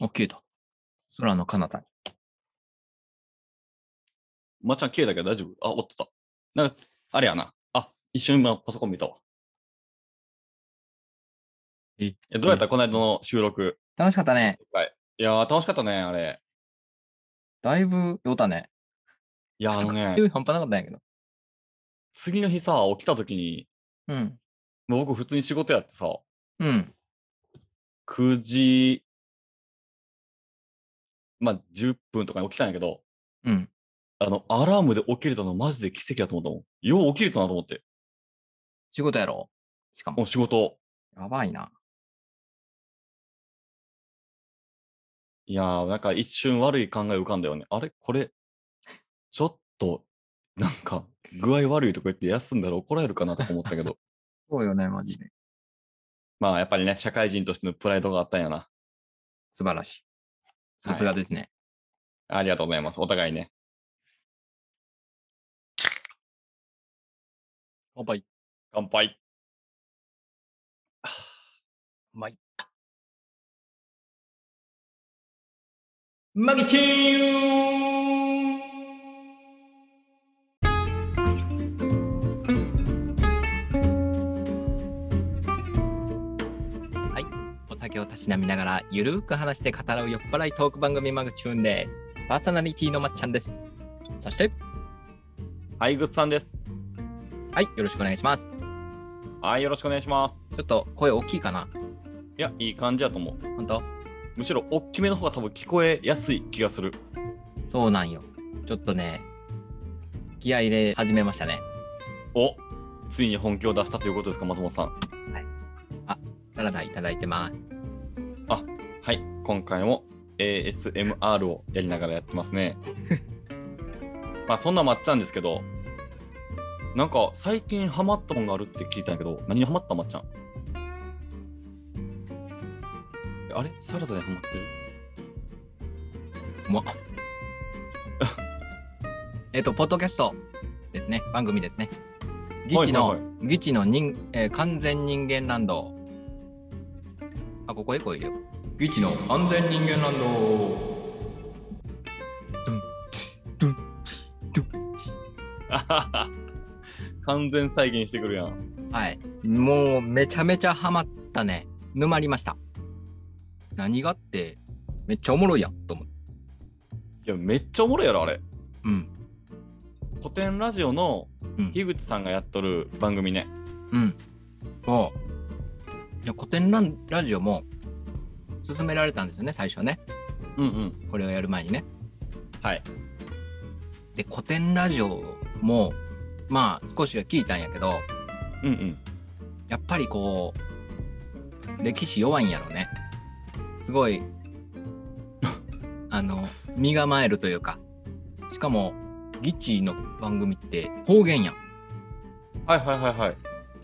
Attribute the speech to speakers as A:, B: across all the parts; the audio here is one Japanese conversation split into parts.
A: OK と。空の彼方に。
B: まっちゃん、綺麗だけど大丈夫あ、おっとっと。なんか、あれやな。あ、一瞬今パソコン見たわ。
A: え
B: いやどうやったこの間の収録。
A: 楽しかったね。
B: いやー、楽しかったね、あれ。
A: だいぶ酔ったね。
B: いやー、あのね
A: 勢、い半端なかったんやけど。
B: 次の日さ、起きた時に、
A: うん。
B: もう僕普通に仕事やってさ、
A: うん。
B: 9時、まあ、10分とかに起きたんやけど、
A: うん。
B: あの、アラームで起きれたのマジで奇跡やと思ったもん。よう起きれたなと思って。
A: 仕事やろしか
B: も
A: も
B: う。仕事。
A: やばいな。
B: いやー、なんか一瞬悪い考え浮かんだよね。あれこれ、 ちょっと、なんか、具合悪いとか言って休んだら怒られるかなとか思ったけど。
A: そうよね、マジで。
B: まあ、やっぱりね、社会人としてのプライドがあったんやな。
A: 素晴らしい。さすがですね。
B: ありがとうございます。お互いね。
A: 乾杯。
B: 乾杯。
A: まい。マギチーはい。お酒をたしなみながら、ゆるーく話して語らう酔っ払いトーク番組マグチューンです。パーソナリティのまっちゃんです。そして、
B: はい、グッズさんです。
A: はい、よろしくお願いします。
B: はい、よろしくお願いします。
A: ちょっと声大きいかない
B: や、いい感じやと思う。
A: 本当
B: むしろ、大きめの方が多分聞こえやすい気がする。
A: そうなんよ。ちょっとね、気合い入れ始めましたね。
B: おついに本気を出したということですか、松本さん。
A: サラダいただいてます。
B: はい、今回も ASMR をやりながらやってます ね。まあ、そんなまっちゃんですけど、なんか最近ハマったもんがあるって聞いたんやけど、何にハマったまっちゃんえあれサラダでハマってる
A: うま っえっと、ポッドキャストですね。番組ですね。ギチの、
B: はいはい
A: ギチの人、えー完全人間ランド。あ、ここエコーいるよ。ギチの完全人間ランド。ドゥンチドゥンチドゥンチ
B: あはは完全再現してくるやん。
A: はい。もうめちゃめちゃハマったね。沼りました。何がって、めっちゃおもろいやんと思って。
B: いや、めっちゃおもろいやろ、あれ。
A: うん。
B: 古典ラジオの
A: うん
B: 樋口さんがやっとる番組ね。
A: うん。そう。いや古典ランラジオも勧められたんですよね、最初ね。
B: うんうん。
A: これをやる前にね。
B: はい。
A: で、古典ラジオも、まあ、少しは聞いたんやけど、
B: うんうん。
A: やっぱりこう、歴史弱いんやろね。すごい、あの、身構えるというか。しかも、ギッチーの番組って方言やん。
B: はいはいはいはい。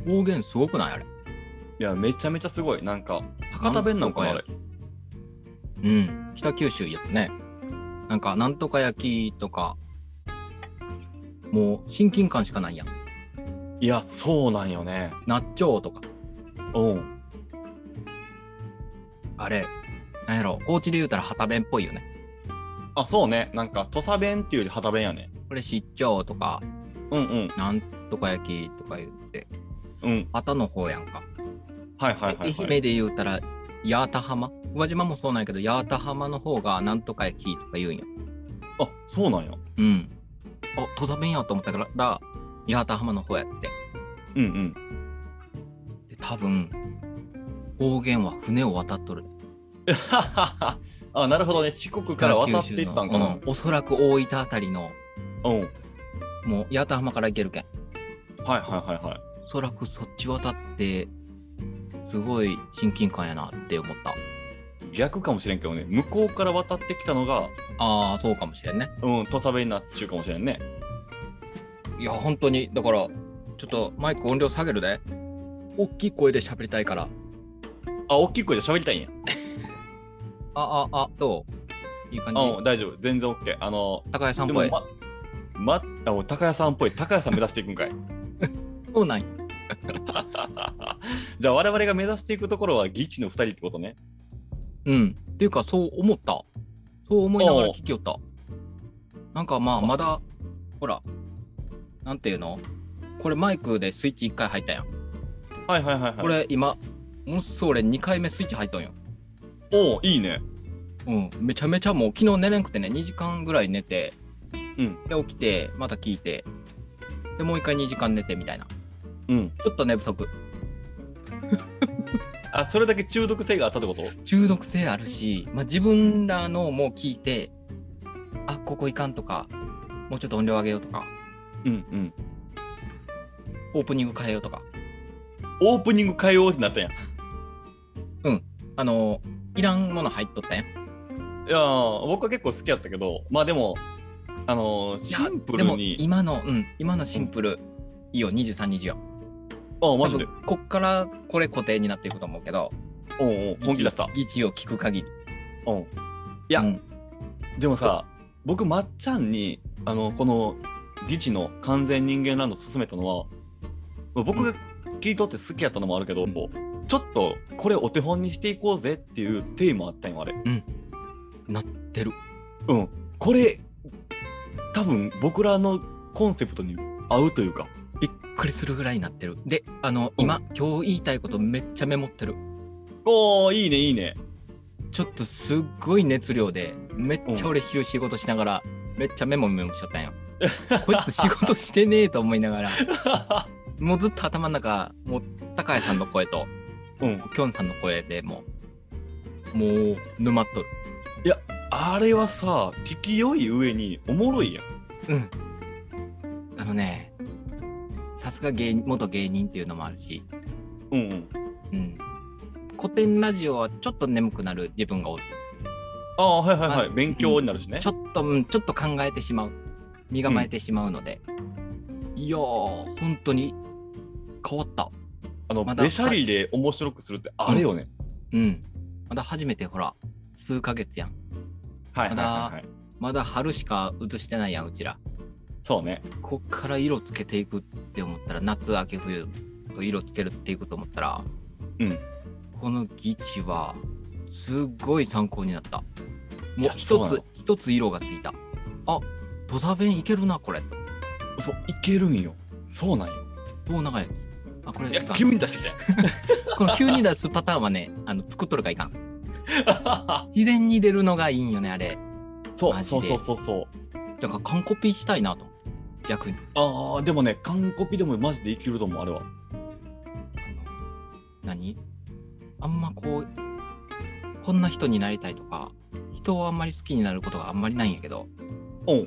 A: 方言すごくないあれ。
B: いや、めちゃめちゃすごい。なんか、博多弁なんかな、あれ。
A: うん、北九州やったね。なんか、なんとか焼きとか、もう親近感しかないやん。
B: いや、そうなんよね。
A: ナッチョーとか、
B: うん。
A: あれ、なんやろ、高知で言うたら旗弁っぽいよね。
B: あ、そうね。なんか、土佐弁っていうより旗弁やね。
A: これ、出張とか、
B: うんうん。
A: なんとか焼きとか言って、
B: うん。
A: 旗の方やんか。
B: はいはいはい、は
A: 愛
B: い。
A: 媛で言うたら、八幡浜宇和島もそうなんやけど、八幡浜の方がなんとか焼きとか言うんや。
B: あ、そうなんや。
A: うん。あ、土佐弁やと思ったから、八幡浜の方やって。
B: うんうん。
A: で、多分、方言は船を渡っとる。
B: あ、なるほどね。四国から渡っていったんかな
A: うん。おそらく大分あたりの
B: うん。
A: もう八幡浜から行けるけん
B: はいはいはいはい。
A: おそらくそっち渡ってすごい親近感やなって思った
B: 逆かもしれんけどね。向こうから渡ってきたのが、
A: ああそうかもしれんね
B: うん、土佐弁になっちゅうかもしれんね。
A: いや本当にだからちょっとマイク音量下げるで大きい声で喋りたいから
B: あ、大きい声で喋りたいんや。
A: あああどういい感じ
B: うん、大丈夫。全然 OK。あの、
A: 高谷さん
B: で
A: っぽ
B: も
A: い
B: ま、ま、あお高谷さんっぽい。高谷さん目指していくんかい。
A: そうなんよ
B: じゃあ我々が目指していくところはギチの2人ってことね。
A: うん。っていうか、そう思った。そう思いながら聞きよった。なんかまあ、まだ、ほら、なんていうのこれマイクでスイッチ1回入ったやん。
B: はいはいはいはい。
A: これ今、ものすごい俺2回目スイッチ入ったんよ。
B: おおいいね。
A: うん。めちゃめちゃもう、昨日寝れんくてね、2時間ぐらい寝て、
B: うん
A: で、起きて、また聞いて、で、もう1回2時間寝てみたいな。
B: うん。
A: ちょっと寝不足。
B: あそれだけ中毒性があったってこと
A: 中毒性あるし、まあ、自分らのも聞いてあここいかんとかもうちょっと音量上げようとか
B: うんうん。
A: オープニング変えようとか
B: オープニング変えようってなったんや。
A: あのいらんもの入っとったやん
B: いやー僕は結構好きやったけどまあでもあのー
A: いや
B: シンプ
A: で
B: ル
A: も
B: に
A: 今のうん今のシンプル、いいよ23日よ
B: あマジで
A: 多分こっからこれ固定になっていくと思うけど
B: おうおう本気出した
A: 議事を聞く限り
B: うんいや
A: うん
B: でもさ僕まっちゃんにあのこのギチの完全人間ランド勧めたのはまあ僕が聞いとって好きやったのもあるけど、
A: うん
B: ちょっとこれお手本にしていこうぜっていうテーマあったんよあれ
A: なってる
B: うんこれ多分僕らのコンセプトに合うというか
A: びっくりするぐらいなってるであの今、今日言いたいことめっちゃメモってる
B: おーいいねいいね
A: ちょっとすっごい熱量で、めっちゃ俺昼仕事しながら、めっちゃメモメモしちゃったんよ。こいつ仕事してねえと思いながら、もうずっと頭の中、もう高谷さんの声と、
B: うん
A: きょんさんの声でもう、もう沼っとる。
B: あれはさ聞き良い上におもろいやん
A: うん。あのね、さすが芸人元芸人っていうのもあるし、
B: うんうん
A: うん。古典ラジオはちょっと眠くなる自分がおる。
B: ああはいはいは
A: あ
B: い勉強になるしね
A: ちょっと、うん、ちょっと考えてしまう。身構えてしまうので。いやー、本当に変わった。
B: あの
A: まだ
B: べしゃりで面白くするってあれよね
A: うん。まだ初めてほら、数ヶ月やん。
B: はいは
A: まだ
B: いはいはい
A: まだ春しか映してないやん、うちら。
B: そうね
A: こっから色つけていくって思ったら、夏、秋、冬と色つけるっていくと思ったら、
B: うん
A: このギチは、すごい参考になった。
B: い
A: もう
B: やそう
A: 一
B: なの
A: つ、一つ色がついた。あ、土佐弁いけるな、これ。
B: そういけるんよそうなんよ
A: どう長いあ、これ、
B: い
A: い
B: や
A: かん
B: 急に出してきて
A: この急に出すパターンはね、あの作っとるからいかん。自然に出るのがいいんよね、あれ。
B: そ
A: マ
B: う
A: ジ
B: そう
A: で
B: そうそうそう
A: だから完コピしたいなと思って。逆に。
B: ああでもね完コピでもマジでいけると思うあれは
A: 何あんまこう、こんな人になりたいとか、人をあんまり好きになることがあんまりないんやけど、
B: うん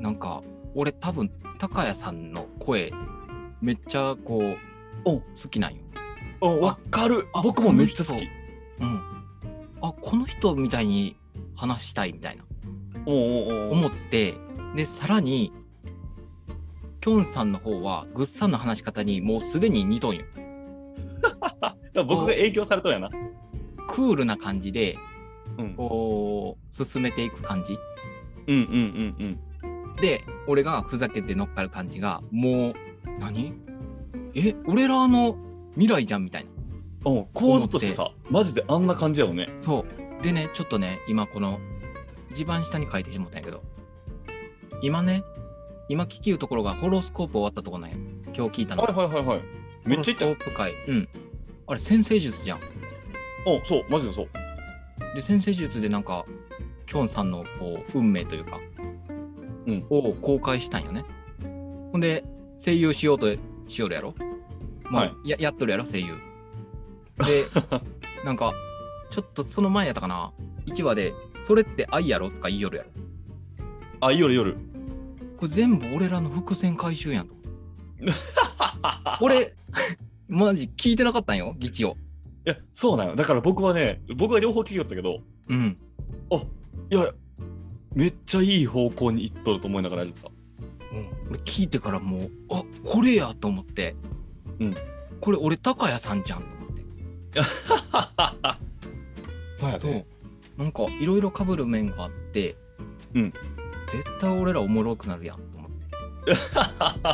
A: なんか、俺多分、高谷さんの声、めっちゃこう、
B: お
A: 好きなんよ。
B: うんわかる
A: あ
B: 僕もめっちゃ好き
A: うん。あ、この人みたいに話したいみたいな。
B: おうんうんうん
A: 思ってでさらにきょんさんの方はぐっさんの話し方にもうすでに似とんよ
B: だから僕が影響されたんやな
A: クールな感じで
B: うん
A: こう進めていく感じ
B: うんうんうんうん
A: で俺がふざけて乗っかる感じがもう何え俺らの未来じゃんみたいな
B: うん構図としてさマジであんな感じやよね
A: そうでねちょっとね今この一番下に書いてしまったんやけど今ね今聞きうところがホロスコープ終わったとこなんや今日聞いたの
B: はいはいはいはいめっちゃいった
A: ホロスコープ会うんあれ先生術じゃん
B: うんそうマジでそう
A: で先生術でなんかきょんさんのこう運命というか、
B: うん
A: を公開したんよねほんで声優しようとしよるやろまあ、
B: はい
A: ややっとるやろ声優で なんかちょっとその前やったかな1話で「それって愛やろ?」とか言いよるやろ
B: あ夜夜
A: これ全部俺らの伏線回収や んと俺マジ聞いてなかったんよギチを
B: いや、そうなの。だから僕はね、僕は両方聞きよったけど、
A: うん
B: あいや、めっちゃいい方向にいっとると思いながらやった。
A: 俺聞いてからもうあこれやと思って、
B: うん
A: これ俺高谷さんじゃんと思って
B: そうや
A: そう。なんかいろいろ被る面があって
B: うん
A: 絶対俺らおもろくなるやんと思っ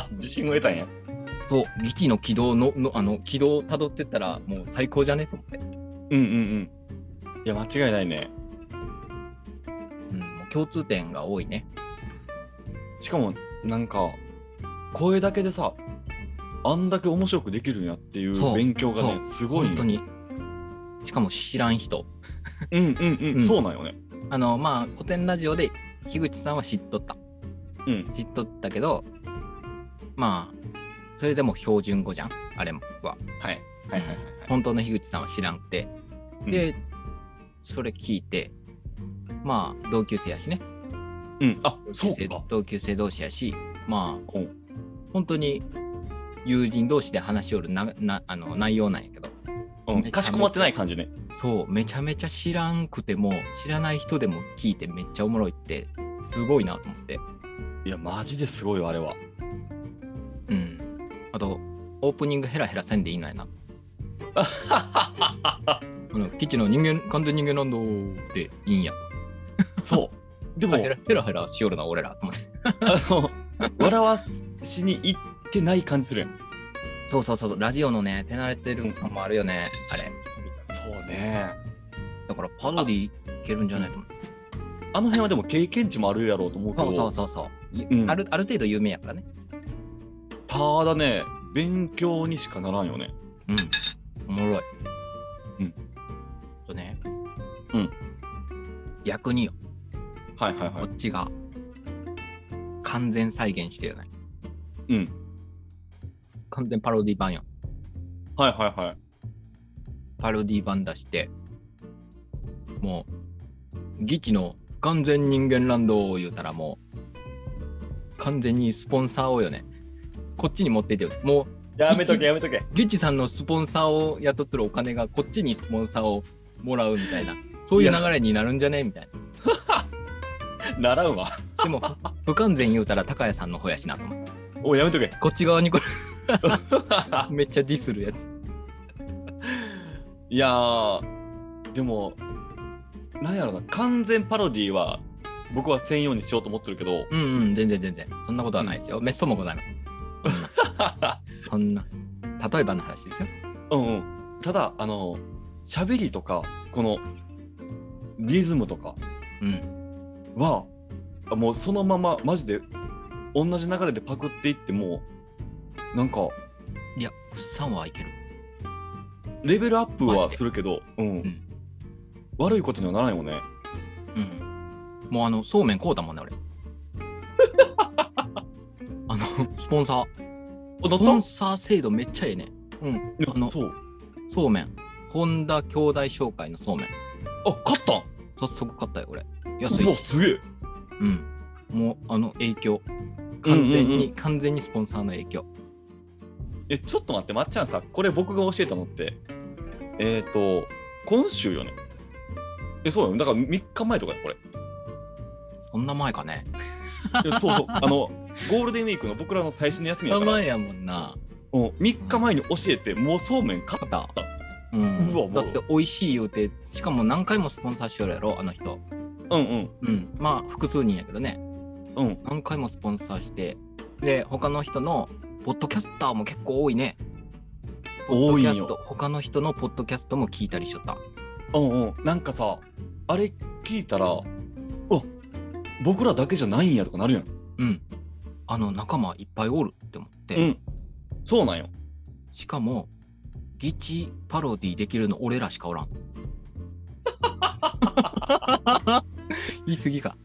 A: て
B: 自信を得たんや。
A: そう義地の軌道ののあの軌道をたどってったらもう最高じゃねと思って
B: うんうんいや、間違いないね。
A: うん、もう共通点が多いね。
B: しかも、なんか、声だけでさ、あんだけ面白くできるんやっていう
A: そう
B: 勉強がね、
A: そう
B: すごい
A: 本
B: よ
A: 当に。しかも知らん人。
B: うんうんう、
A: うんん
B: そうなんよね。
A: あの、まあ、古典ラジオで樋口さんは知っとった。
B: うん。
A: 知っとったけど、まあ、それでも標準語じゃん、あれは。
B: はい。はいはいはいはい。
A: 本当の樋口さんは知らんくて。
B: うん
A: で、それ聞いて、まあ、同級生やしね。
B: うん。あ、
A: 同
B: そ
A: 級生
B: うか。
A: 同級生同士やし、まあ、
B: うん
A: 本当に友人同士で話しおるななあの内容なんやけど、
B: うん。かしこまってない感じね。
A: そう、めちゃめちゃ知らんくても、知らない人でも聞いてめっちゃおもろいって、すごいなと思って。
B: いや、マジですごいよ、あれは。
A: うん。あと、オープニングヘラヘラせんでいいの やな。あの基地の人間、完全人間ランドっていいんやと。
B: そう。でも、
A: ヘラヘラヘラしよるな、俺らと思って。
B: あの、笑わしに行ってない感じするやん。
A: そうそうそうそう、ラジオのね、手慣れてる感もあるよね、あれ。
B: そうね。
A: だからパロディいけるんじゃないと思う。
B: あの辺はでも経験値もあるやろうと思うけ
A: そ
B: ど、
A: うそうそうそう、
B: うん
A: ある。ある程度有名やからね。
B: ただね、勉強にしかならんよね。
A: うん。おもろい。
B: うん。
A: とね。
B: うん。
A: 逆によ、
B: はいはいは
A: こっちが完全再現してるよね。
B: い。うん。
A: 完全パロディ版よ。
B: はいはいはい。
A: パロディ版出して、もう、ギチの不完全人間ランドを言うたらもう、完全にスポンサーをよね。こっちに持っていってよ。も
B: やめとけやめとけ。
A: う、ギチさんのスポンサーを雇ってるお金がこっちにスポンサーをもらうみたいな、そういう流れになるんじゃねみたい
B: 習うわ。
A: な。でも、ふ不完全言うたら高谷さんの方やしなと思って。
B: おいやめとけ。
A: こっち側にこれ、 めっちゃディスるやつ。
B: いやー、でも、なんやろな、完全パロディは僕は専用にしようと思ってるけ ど、
A: うんうん、全然全然。そんなことはないですよ。メスともございません。そんな。例えばの話ですよ。
B: うんうん。ただ、あの、喋りとか、このリズムとか
A: うん。
B: は、あもうそのままマジで同じ流れでパクっていってもう、なんか、
A: いや、ぐっさんはいける。
B: レベルアップ
A: マジ
B: は
A: です
B: るけど、うん
A: ん
B: 悪いことにはならないもんね。
A: うん。もうあの、そうめんこうだ もんね、俺。あの、スポンサー。
B: お
A: スポンサー制度めっちゃええね。うん。あの、
B: そう。
A: そうめん。本田兄弟紹介のそうめん。
B: あ、勝ったん
A: 早速買ったよ、俺。安
B: う
A: い
B: わ、
A: し。
B: すげえ。
A: うん。もう、あの、影響。完全に、
B: うんうんうん
A: 完全にスポンサーの影響。
B: え、ちょっと待って、まっちゃんさ、これ僕が教えたのって、えっ、ー、と、今週よね。え、そうよ。だから3日前とかよ、これ。
A: そんな前かね。
B: いやそうそう。 あの、ゴールデンウィークの僕らの最初の休みだから、
A: やもんな。
B: うん、3日前に教えて、もうそうめん買っ。
A: 買ったた。うん、
B: うわもう
A: だって美味しい言うてしかも何回もスポンサーしよるやろあの人
B: うんうん。
A: うんまあ複数人やけどね
B: うん。
A: 何回もスポンサーしてで他の人のポッドキャスターも結構多いね
B: 多
A: ポッド
B: いん
A: キャスト
B: よ。
A: 他の人のポッドキャストも聞いたりしちゃった
B: うんうん。なんかさ、あれ聞いたら、うわ、僕らだけじゃないんやとかなるやん。
A: うんあの仲間いっぱいおるって思って、
B: うん。そうなんよ。
A: しかもギチパロディできるの俺らしかおらん言い過ぎか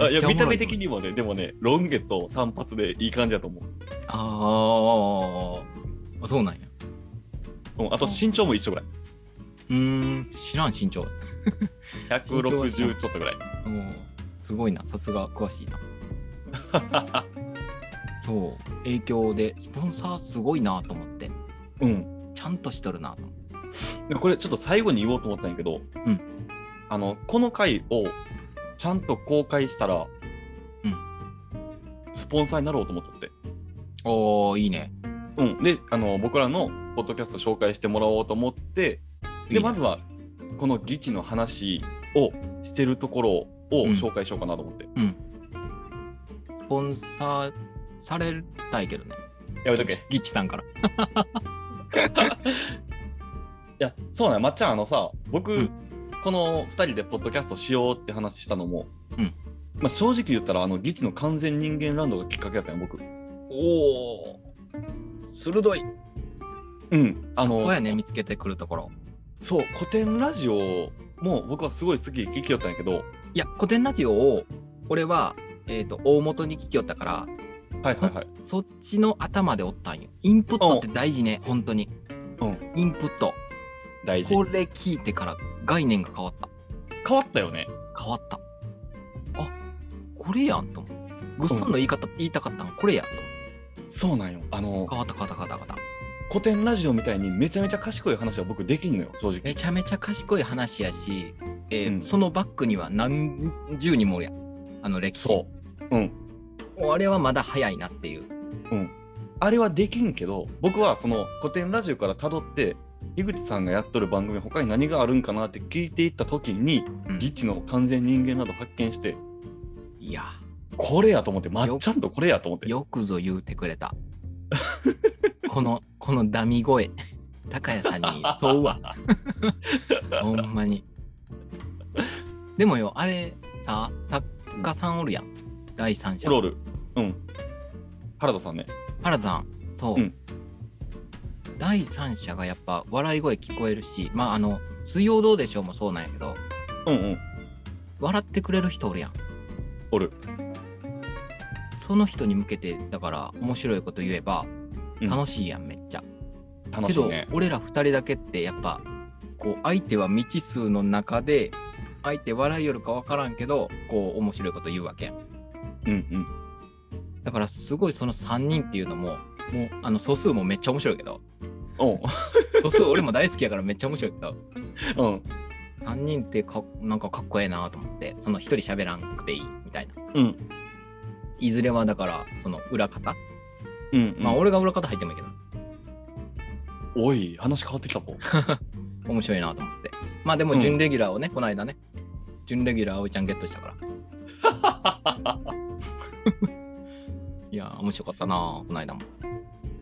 B: あい
A: めっ
B: や
A: ちゃお
B: 見
A: も
B: た
A: ろい
B: 目的にもね、でもね、ロン毛と単発でいい感じだと思
A: あーあそうなんや
B: う。うん、あと身長も一緒ぐらい。
A: うーん知らん身長
B: 160ちょっとぐらい。
A: おーすごいなさすが詳しいな そう影響でスポンサーすごいなと思って
B: うん。
A: ちゃんとしとるなと思って
B: これちょっと最後に言おうと思ったんやけど、
A: うん
B: あの、この回をちゃんと公開したら、
A: うん
B: スポンサーになろうと思っとって。
A: おーいいね
B: うん。で、あの、僕らのポッドキャスト紹介してもらおうと思って、
A: いい
B: で、
A: ね
B: まずは、この議事の話をしてるところを紹介しようかなと思って。
A: スポンサーされたいけどね
B: やめとけ。い
A: ギッチさんから
B: や、そうなんやまっちゃん、あのさ、僕、
A: うん
B: この2人でポッドキャストしようって話したのも、
A: うん
B: まあ、正直言ったらあのギチの完全人間ランドがきっかけだったよ僕
A: おお鋭い
B: うんあ
A: あのそ
B: の
A: こやね見つけてくるところ
B: そう古典ラジオも僕はすごい好きで聞きよったんやけど、
A: いや古典ラジオを俺は、えー、と大元に聞きよったから
B: はいはいはい、
A: そっちの頭でおったんよインプットって大事ね本当に、
B: うん、
A: インプット
B: 大事
A: これ聞いてから概念が変わった
B: 変わったよね
A: 変わったあこれやんと思うぐっさんの言い方、言いたかったのこれやんと思う
B: そうなんよあの
A: 変わった変わった変わった変わっ
B: 古典ラジオみたいにめちゃめちゃ賢い話は僕できんのよ
A: た
B: 正
A: め
B: 直
A: ちゃめちゃ賢い話やし、えー
B: うん
A: そのバックには何十人もおるやんあの歴史
B: そううん
A: もうあれはまだ早いなっていう
B: あれはできんけど僕はその古典ラジオから辿って井口さんがやっとる番組他に何があるんかなって聞いていった時に
A: うん
B: ギッチの完全人間など発見して
A: いや
B: これやと思ってまっちゃんとこれやと思って
A: よくぞ言うてくれたこのこのダミ声高谷さんにそう わほんまにでもよあれさ作家さんおるやん第三者
B: ロールうん原田さんね
A: 原田さんそう、
B: うん
A: 第三者がやっぱ笑い声聞こえるしまああの「水曜どうでしょう」もそうなんやけど
B: うんうん
A: 笑ってくれる人おるやん
B: おる
A: その人に向けてだから面白いこと言えば
B: うん
A: 楽しいやん、めっちゃ
B: 楽
A: け
B: しい
A: ど、
B: ね
A: 俺ら2人だけってやっぱこう相手は未知数の中で相手笑いよるか分からんけどこう面白いこと言うわけやん
B: うんうん
A: だからすごいその3人っていうのももうあの素数もめっちゃ面白いけど
B: おう
A: 素数俺も大好きやからめっちゃ面白いけど
B: うん
A: 3人ってかなんかかっこええなと思ってその1人喋らんくていいみたいな
B: うん
A: いずれはだからその裏方、
B: うんうん
A: まあ俺が裏方入ってもいいけど
B: おい話変わってきたぞ
A: 面白いなと思ってまあで
B: う
A: も
B: ん
A: 準レギュラーをね、この間ね準レギュラー葵ちゃんゲットしたから いや面白かったなこの間も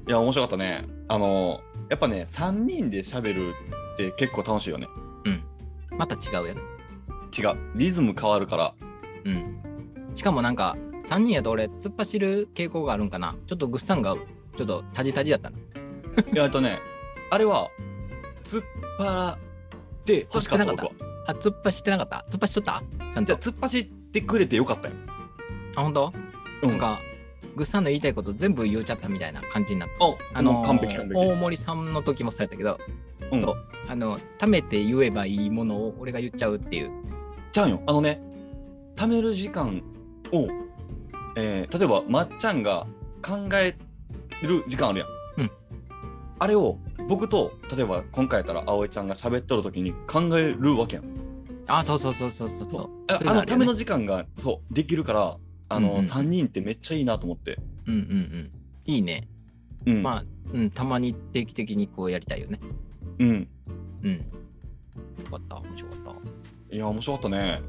B: いや面白かったねあのやっぱね3人で喋るって結構楽しいよね
A: うん。また違うよね。
B: 違うリズム変わるから
A: うん。しかもなんか、3人やと俺、突っ走る傾向があるんかな。ちょっとぐっさんが、ちょっとタジタジやったな。
B: いやえっとねあれは突っ張って欲しかった
A: 突っ張ってなかっ
B: 僕
A: た
B: は
A: あ、突っ走ってなかった突っ走っとったちゃん
B: じゃ
A: と
B: あ。突っ走ってくれてよかったよ
A: あ、ほんと
B: うん
A: なんか、ぐっさんの言いたいこと全部言っちゃったみたいな感じになった。
B: お
A: あのー
B: もう完璧完
A: 大
B: 璧
A: 森さんの時もそうやったけど、
B: うん
A: そう。あの、貯めて言えばいいものを俺が言っちゃうっていう。
B: ちゃうんよあのね貯める時間を、えー例えばまっちゃんが考える時間あるやん、
A: うん
B: あれを僕と例えば今回やったら葵ちゃんが喋っとる時に考えるわけやん
A: あ、そうそうそうそうそうそう。
B: あ
A: それが
B: あの
A: ある
B: た
A: よね
B: めの時間がそうできるからあ
A: うん
B: の、
A: うん
B: 3人ってめっちゃいいなと思って、
A: うんうんうん。いいね。
B: うん
A: まあ、うん、たまに定期的にこうやりたいよね。
B: うん、
A: うん。よかった、面白かった。
B: いや面白かったね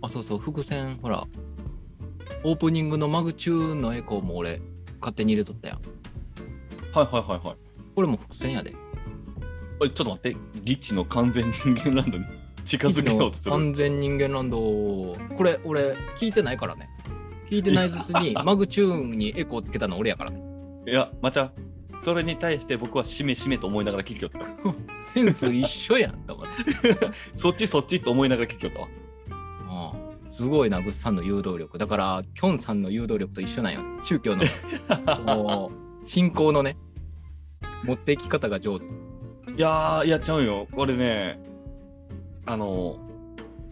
A: あ、そうそう、伏線、ほら、オープニングのマグチューンのエコーも俺、勝手に入れとったやん。
B: はいはいはいはい
A: これも伏線やで。
B: おいちょっと待ってリッチの完全人間ランドに近づけようとする
A: 完全人間ランドを、これ、俺、聞いてないからね。聞いてないずつ に、マグチューンにエコーつけたの俺やからね。
B: いやまっちゃんそれに対して僕はしめしめと思いながら聞きよった
A: センス一緒やんと思って。
B: そっちそっちと思いながら聞きよったわ
A: うんすごいな、グッさんの誘導力。だから、キョンさんの誘導力と一緒なんよ。宗教の、こう信仰のね、持っていき方が上手。
B: いやーいやっちゃうよこれねあの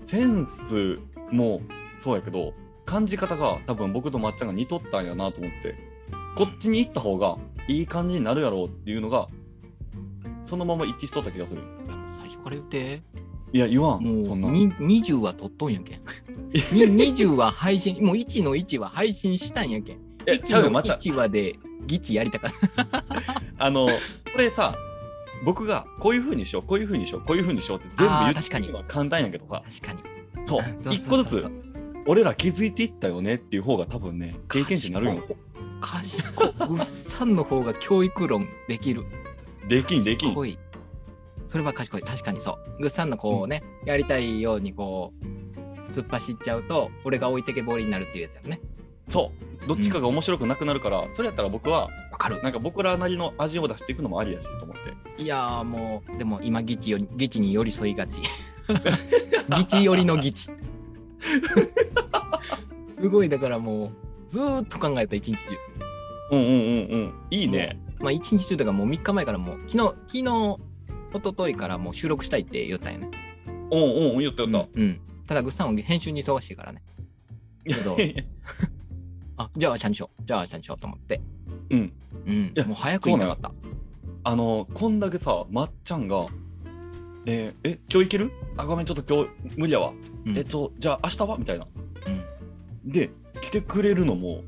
B: センスもそうやけど感じ方が多分僕とまっちゃんが似とったんやなと思ってこっちに行った方がいい感じになるやろうっていうのがそのまま一致しとった気がする
A: いやもう最初から言って。
B: いや言わ
A: も
B: んそ
A: うん
B: な
A: に20は取っとんやけん。に20は配信、もう1の1は配信したんやけん。
B: えちゃう
A: 1
B: よま
A: の
B: っちゃん
A: 1話でギチやりたかった。
B: あの、これさ、僕がこういうふうにしよう、こういうふうにしよう、こういうふうにしようって全部
A: あー
B: 言
A: 確か
B: っ
A: に
B: ては簡単やけどさ、
A: 確かに。
B: そう
A: うん、そう
B: 一個ず
A: そう
B: つ
A: そう
B: 俺ら気づいていったよねっていう方が多分ね、経験値になるよ。
A: 賢い。うっさんの方が教育論できる。
B: できん、できん。
A: 賢い。それは賢い確かにそうグッさんのこうね、やりたいようにこう突っ走っちゃうと俺が置いてけぼりになるっていうやつやもんね
B: そうどっちかが面白くなくなるから、それやったら僕は
A: わかる
B: なんか僕らなりの味を出していくのもありやしと思って
A: いやーもうでも今ギチよりギチに寄り添いが ちギチ寄りのギチすごいだからもうずーっと考えた一日中
B: うんうんうんうんいいね
A: まあ一日中というかもう3日前からもう昨日昨日一昨日からもう収録したいって言ったよね
B: うんうん言った言った、
A: うん、うんただグッサンは編集に忙しいからねけど あじゃあ明日にしようじゃあ明日にしようと思って
B: うん
A: うん
B: や
A: もう早く言いたかった
B: あのこんだけさまっちゃんが「えーえ今日いけるあごめんちょっと今日無理やわ、
A: うん
B: えっとじゃあ明日は?」みたいな
A: うん
B: で来てくれるのも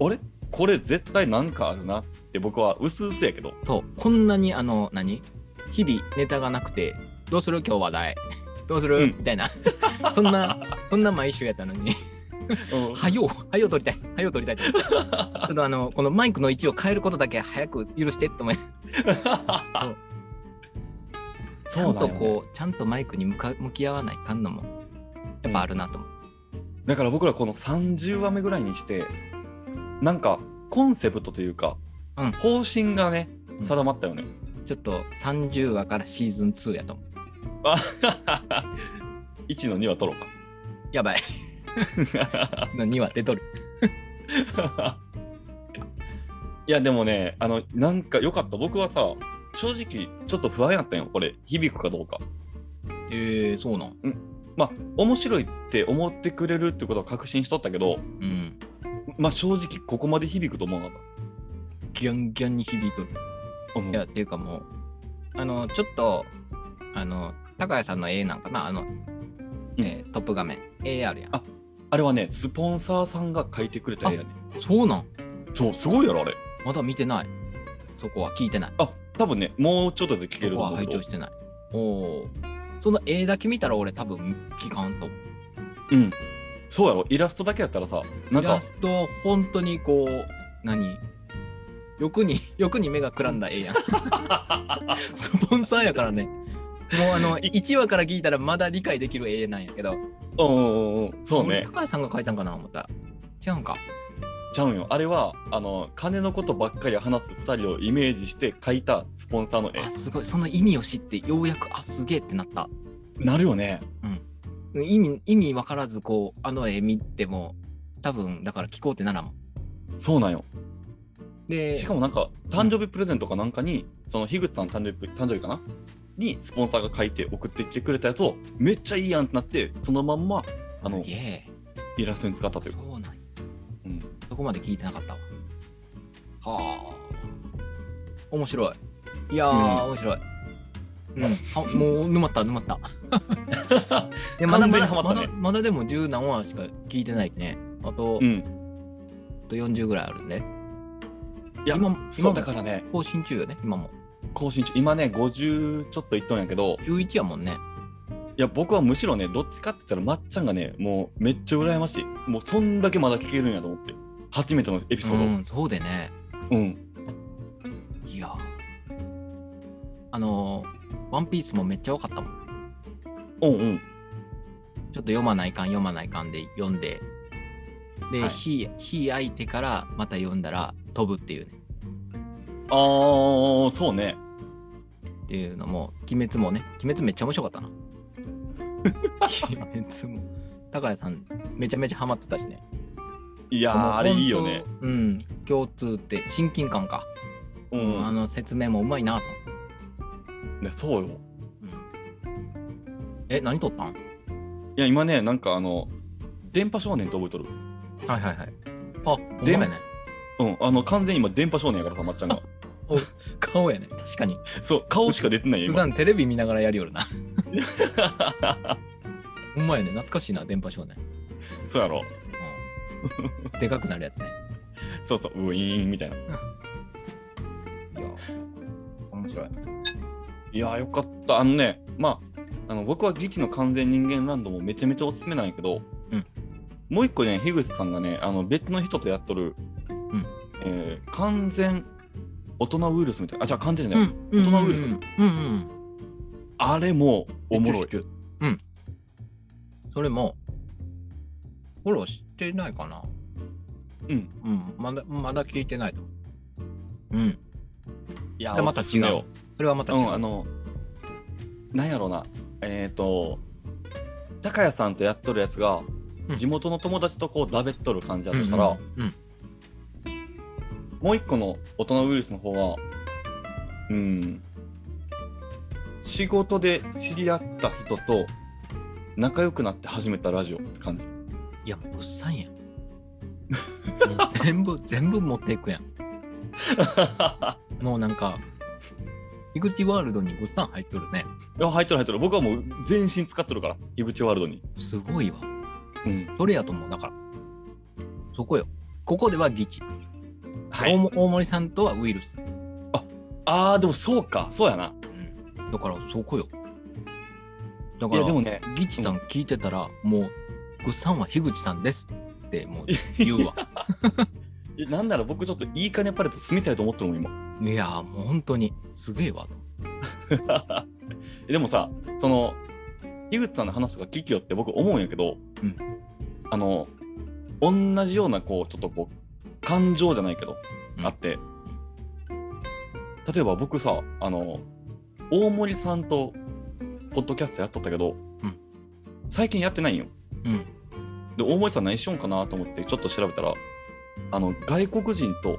B: あれこれ絶対なんかあるなって僕は薄々やけど
A: そうこんなにあの何日々ネタがなくてどうする今日話題 どうする、
B: うん
A: みたいな そんなそんな毎週やったのに
B: うん
A: はよはよ撮りたいはよ撮りたいってちょっとあのこのマイクの位置を変えることだけ早く許してと思いちゃ
B: そうんな
A: と
B: んよね
A: こうちゃんとマイクに向か向き合わないかんのもやっぱあるなと思う、
B: だから僕らこの30話目ぐらいにしてなんかコンセプトというか、
A: うん
B: 方針がね
A: ん
B: 定まったよね、
A: ちょっと30話からシーズン2やと思う
B: あ1の2は取ろう
A: や ばい
B: か
A: その2話出とる
B: いやでもねあのなんか良かった僕はさ正直ちょっと不安やったんよこれ響くかどうか
A: えー、そうなん
B: まあ面白いって思ってくれるってことは確信しとったけど
A: うん
B: まあ正直ここまで響くと思わなかっ
A: ギャンギャンに響いとる
B: た、うん
A: いやっていうかもうあのちょっとあの高谷さんの絵なんかなあの、えートップ画面 A あるやん
B: ああれはねスポンサーさんが書いてくれた絵やね
A: そうなん
B: そうすごいやろあれ
A: まだ見てないそこは聞いてない
B: あ多分ねもうちょっとで聞け
A: そ
B: ると
A: こは
B: 思う
A: 拝
B: け
A: 聴
B: ど
A: してないおおその絵だけ見たら俺多分聞かんと思う
B: うんそうやろイラストだけやったらさなん
A: イラ
B: か
A: スト本当にこう何欲に 欲に目がくらんだ絵やん スポンサーやからねもうあの1話から聞いたらまだ理解できる絵なんやけど
B: うんうんうんうんそう
A: 俺
B: ね
A: 高谷さんが描いたんかな思ったら違うんか
B: ちゃうんよあれはあの金のことばっかり話す2人をイメージして描いたスポンサーの
A: あ
B: 絵
A: すごいその意味を知ってようやくあすげえってなった
B: なるよね
A: 意味意味分からずこうあの絵見ても多分だから聞こうってならんもん
B: そうなんよ
A: で
B: しかもなんか誕生日プレゼントかなんかに、その樋口さんの誕生日誕生日かなにスポンサーが書いて送ってきてくれたやつをめっちゃいいやんってなってそのまんますあの
A: げえ
B: イラストに使ったという
A: そ
B: か、
A: うなんや
B: うん、
A: そこまで聞いてなかったわはあ面白いいやー、
B: う
A: 面白いうん、はもう沼った沼った いやまだま
B: 完全に
A: だ
B: ハマ
A: ま
B: った
A: だ
B: ね
A: まだでも十何話しか聞いてないねあと,、
B: うん、
A: あと40ぐらいあるんで
B: いや
A: 今も
B: そ
A: 今も
B: うだからね
A: 更新中よね今も
B: 更新中今ね50ちょっといっとんやけど
A: 11やもんね
B: いや僕はむしろねどっちかって言ったらまっちゃんがねもうめっちゃ羨ましいもうそんだけまだ聞けるんやと思って初めてのエピソードを
A: うん、そうでね
B: うん、
A: いやーあのーワンピースもめっちゃ多かったもん。
B: うんうん
A: ちょっと読まないかん、読まないかんで読んで、で、
B: はい
A: 火、火焼いてからまた読んだら飛ぶっていうね。
B: あーそうね
A: っていうのも、鬼滅もね、鬼滅めっちゃ面白かった な。鬼滅も。高谷さん、めちゃめちゃハマってたしね。
B: いや
A: もう
B: ーあれいいよ
A: ほん
B: ね
A: とうん、共通って、親近感か。
B: う
A: あ
B: ん、
A: の説明もうまいなと思って。
B: ね、そ
A: う
B: うよ
A: んえ、何撮ったんはい
B: や今ねなんかあの電波少年って覚えとる
A: いはいはい。あ、ほんま
B: で
A: やね。
B: うんあの完全に今電波少年やからさまっちゃんが
A: 顔やね。確かに。
B: そう顔しか出てない
A: 普
B: よ今
A: 段テレビ見ながらやりよ るな。ほんまやね、懐かしいな、電波少年。
B: そうやろ
A: うん、でかくなるやつね。
B: そうそうウィーンみたいない
A: や、面白い。
B: いやーよかったあのねまああの僕は「ギチの完全人間ランド」もめちゃめちゃおすすめなんやけど、
A: うん
B: もう一個ね樋口さんがねあの別の人とやっとる、
A: ん
B: えー完全大人ウイルスみたいなあじゃあ完全じゃ
A: う
B: ない、
A: ん、うん、
B: 大人ウイルス
A: うん、うん、うん
B: あれもおもろい。
A: うん。それも、フォローしてないかな。
B: うん。
A: うん。まだ、まだ聞いてないと。うん。
B: いや
A: それまた違う
B: おすすめよ
A: それはまた
B: う
A: 違う。
B: ん、あの、なんやろな、えっ、と、高谷さんとやっとるやつが
A: う、ん
B: 地元の友達とこうだべっとる感じだとしたら、
A: うんうんうん
B: もう一個の大人ウイルスの方は、うん、仕事で知り合った人と仲良くなって始めたラジオって感じ。
A: いや、もうおっさんや ん。もう全部、全部持っていくやん。もうなんか、井口ワールドにおっさん入っとるね。
B: いや、入っとる入っとる。僕はもう全身使っとるから、井口ワールドに。
A: すごいわ。
B: うん。
A: それやと思う。だから、そこよ。ここでは議事。
B: はい
A: 大も大森さんとはウイルス。
B: あー、でもそうか。そうやな。
A: うん。だから、そこよ。だ
B: い
A: か
B: や、
A: ら、
B: でもね、
A: ギチさん聞いてたら、もう、ぐっさんは樋口さんですってもう言 うわ。
B: えなんなら僕ちょっといい金パレット住みたいと思ってるもん、今。
A: いやー、もう本当に、すげえわ。
B: えでもさ、その、井口さんの話とか聞きよって僕思うんやけど、
A: うん
B: あの、同じような、こう、ちょっとこう、感情じゃないけど、
A: うん
B: あって、例えば僕さ、あの、大森さんと、ポッドキャストやっとったけど、
A: うん
B: 最近やってないんよ。
A: うん。
B: で、大森さん何しよんかなと思って、ちょっと調べたら、あの、外国人と、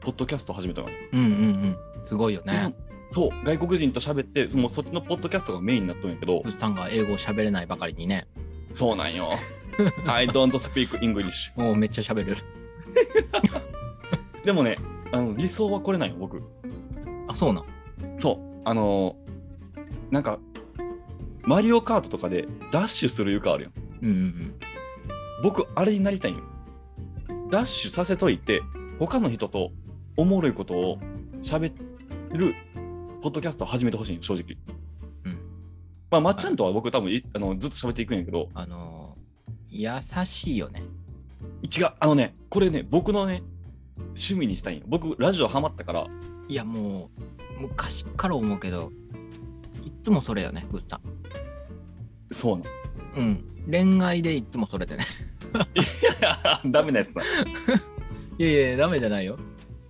B: ポッドキャスト始めたの。
A: うんうんうん。すごいよ
B: でそ
A: ね。
B: そう外国人と喋ってもうそっちのポッドキャストがメインになっとんやけど
A: ぐっさんが英語喋れないばかりにね。
B: そうな んよ I don't speak English
A: もうめっちゃ喋れる。
B: でもねあの理想はこれなんよ僕
A: あ、そうなん。
B: そうあのーなんかマリオカートとかでダッシュする床あるやん
A: うんうん
B: 僕あれになりたいんよダッシュさせといて他の人とおもろいことを喋るポッドキャストを始めてほしいんよ正直
A: うん
B: まあまっちゃんとは僕多分いあのずっと喋っていくんやけど
A: うん。あのー、優しいよね。
B: 違うあのねこれね僕のね趣味にしたいんよ僕ラジオハマったから
A: いや、もう、昔から思うけど、いっつもそれよね、ぐっさん。
B: そう
A: うん。恋愛でいっつもそれでね。
B: なの ダメなやつだ
A: いやいや、ダメじゃないよ。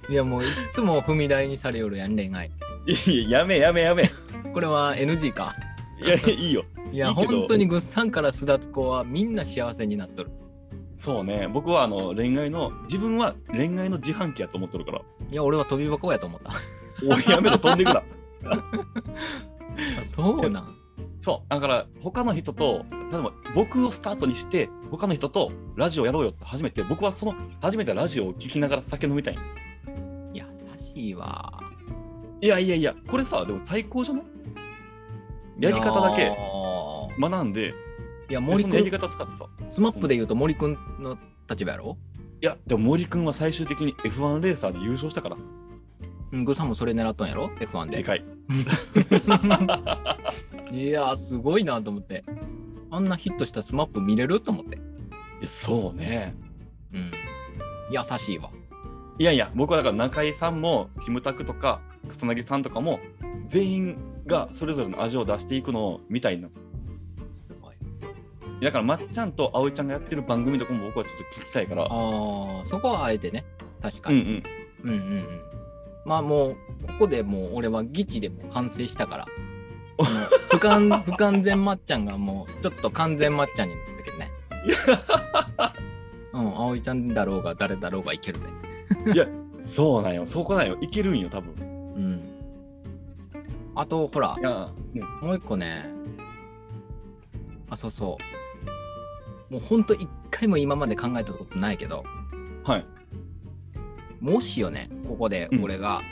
A: いや、もういっつも踏み台にされよるやん、恋愛。
B: いややめやめやめい
A: これは NG か。
B: やいいよ
A: い
B: い
A: や、
B: いけど
A: 本当にぐっさんから巣立つ子はみんな幸せになっとる。
B: そうね僕はあの恋愛の自分は恋愛の自販機やと思っとるから
A: いや、俺は飛び箱やと思 った。
B: おいやめろ飛んでいくな
A: そうなん。
B: そうだから他の人と例えば僕をスタートにして他の人とラジオやろうよって初めて僕はその初めてラジオを聞きながら酒飲みたいんよ
A: 優しいわ。
B: いやいやいやこれさでも最高じゃないやり方だ
A: いや
B: け
A: ー
B: 学んでで
A: いや、
B: そ
A: 森
B: のやり
A: 君、
B: 方使ってさ
A: スマップで言うと森君の立場やろ
B: いや、でも森君は最終的に F1 レーサーで優勝したから、
A: うん、ぐっさんもそれ狙っとんやろ ?F1
B: で
A: で。
B: かい。
A: いやー、すごいなと思って。あんなヒットしたスマップ見れると思って。
B: いやそうね。
A: うん。優しいわ。
B: いやいや、僕はだから中井さんも、キムタクとか、草薙さんとかも、全員がそれぞれの味を出していくのを見たいな。
A: すごい。
B: だから、まっちゃんと葵ちゃんがやってる番組とかも僕はちょっと聞きたいから、
A: ああ、そこはあえてね。確か
B: うんう
A: に。う
B: ん。
A: んうんうん。まあもう、ここでもう俺は議地でもう完成した から。あの不完不完全まっちゃんがもうちょっと完全まっちゃんになったけど ね。うん、葵ちゃんだろうが誰だろうがいけるで。
B: そうなんよ、そこなんよ、いけるんよ、多分
A: うん。あと、ほら
B: い、や、
A: もう一個ね。あ、そうそう。もうほんと一回も今まで考えたことないけど、
B: うん、はい。
A: もしよね、ここで俺が、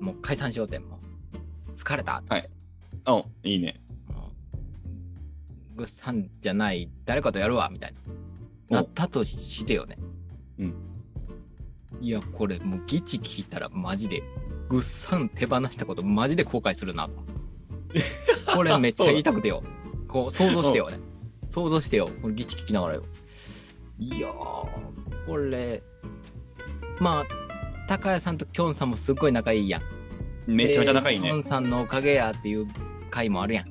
A: もう解散しようって、もう疲れたって。
B: はいあ、いいね。
A: もうグッさんじゃない誰かとやるわみたい
B: お
A: ななったとしてよね
B: うん
A: いやこれもうギチ聞いたらマジでグッさん手放したことマジで後悔するな とこれめっちゃ言いたくてよこう想像してよね想像してよこれギチ聞きながらよいやーこれまあ高谷さんときょんさんもすっごい仲いいやん
B: めちゃめちゃ仲いい
A: でき
B: ね
A: ょ。んさんのおかげやっていう回もあるやん。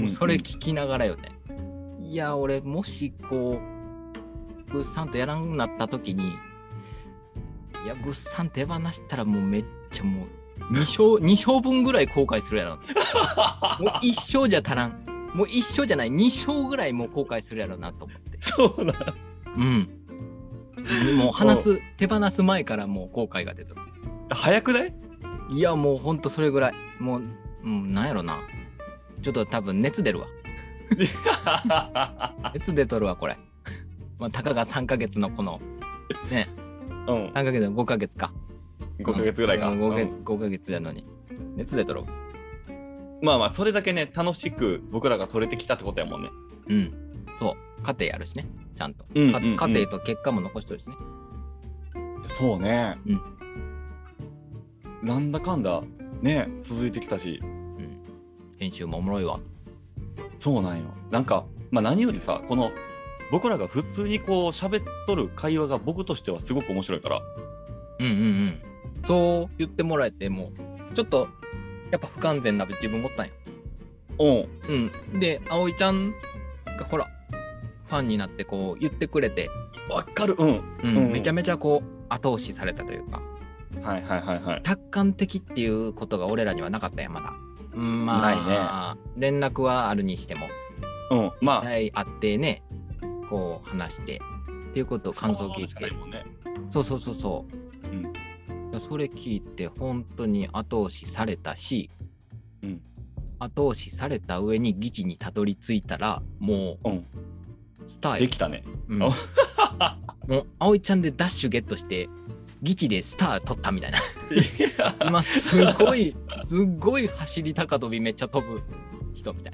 A: もうそれ聞きながらよね。いや、俺、もしこう、ぐっさんとやらんくなった時に、いや、ぐっさん手放したらもうめっちゃもう、2勝、 二勝分ぐらい後悔するやろ。もう1勝じゃ足らん。もう1勝じゃない、2勝ぐらいもう後悔するやろなと思って。
B: そうだ。
A: うん。もう話す、手放す前からもう後悔が出てる。
B: 早くない
A: いや、もうほんとそれぐらい。もう、うん、なんやろな。ちょっと多分熱出るわ。熱出とるわ、これ。 まあ、たかが3ヶ月のこの、
B: うん。
A: 3ヶ月、5ヶ月か。
B: 5ヶ月ぐらいか。
A: うん5
B: う
A: ヶ
B: ん
A: 月 ,5 ヶ月やのに。熱出とるわ。
B: まあまあ、それだけね、楽しく僕らが取れてきたってことやもんね。
A: うん。そう。家庭やるしね。ちゃんと。
B: うん
A: か
B: うんうん
A: 家庭と結果も残しとるしね。
B: そうね。
A: う
B: なんだかんだ、ね、続いてきたし、
A: うん。編集もおもろいわ。
B: そうなんよ。なんか、まあ何よりさ、この、僕らが普通にこう喋っとる会話が僕としてはすごく面白いから。
A: うんうんうん。そう言ってもらえて、もう、ちょっと、やっぱ不完全な自分持ったんよ。
B: うん。
A: うん。で、葵ちゃんがほら、ファンになってこう言ってくれて、
B: わかる。うん。
A: うん
B: うん
A: めちゃめちゃこう後押しされたというか、
B: はいはいはいはい。
A: 達観的っていうことが俺らにはなかったやんまだ。うん、まあ、連絡はあるにしても、
B: うん。ま
A: 実
B: あ、
A: 際会ってね、こう話して、っていうことを感想聞い
B: しかな
A: て
B: い、もんね。。
A: そうそうそうそううんいやそれ聞いて本当に後押しされたし、
B: うん
A: 後押しされた上に議事にたどり着いたらもう、
B: うん
A: スター
B: で
A: よ
B: きたね。
A: うん
B: お
A: もう葵ちゃんでダッシュゲットして議事でスター取ったみたいな
B: いや
A: 今すごいすごい走り高跳びめっちゃ飛ぶ人みたい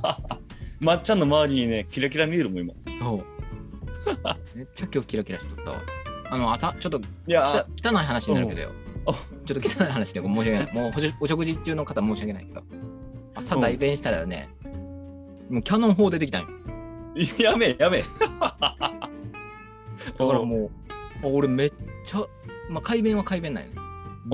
A: な
B: まっちゃんの周りにね、キラキラ見えるもん、今。
A: そうめっちゃ今日キラキラしとったわあの朝ちょっとき
B: いや
A: た、汚い話になるけどよ
B: お
A: ちょっと汚い話で申し訳ない もうお食お食事中の方申し訳ないけど朝
B: うん
A: 代弁したらよね、もうキャノン砲出てきたんよ
B: やめ、や め。
A: だからもう、あ俺めっちゃ、まあ、改便は改便なんよね。
B: う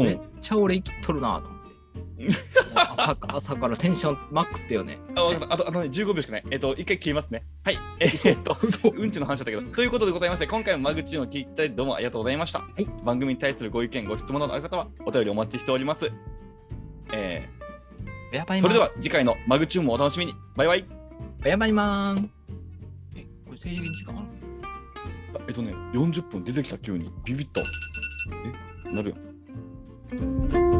B: ん
A: めっちゃ俺生きとるなと思 って。もう朝朝からテンションマックスだよね。
B: あわかったあとあとね15秒しかない。えっと、一回切りますね。 はい。えっと、うんちの話だったけど。ということでございまして、今回も間口を聞いたり、どうもありがとうございました。はい番組に対するご意見、ご質問などある方は、お便りお待ちしております。え
A: やば
B: ー、
A: い
B: そ
A: ま
B: れでは次回の間口もお楽しみに。バイバイ。
A: やばいまーん。え、これ制限時間ある
B: あえっとね、40分出てきた急に。ビビった。え、なるやん。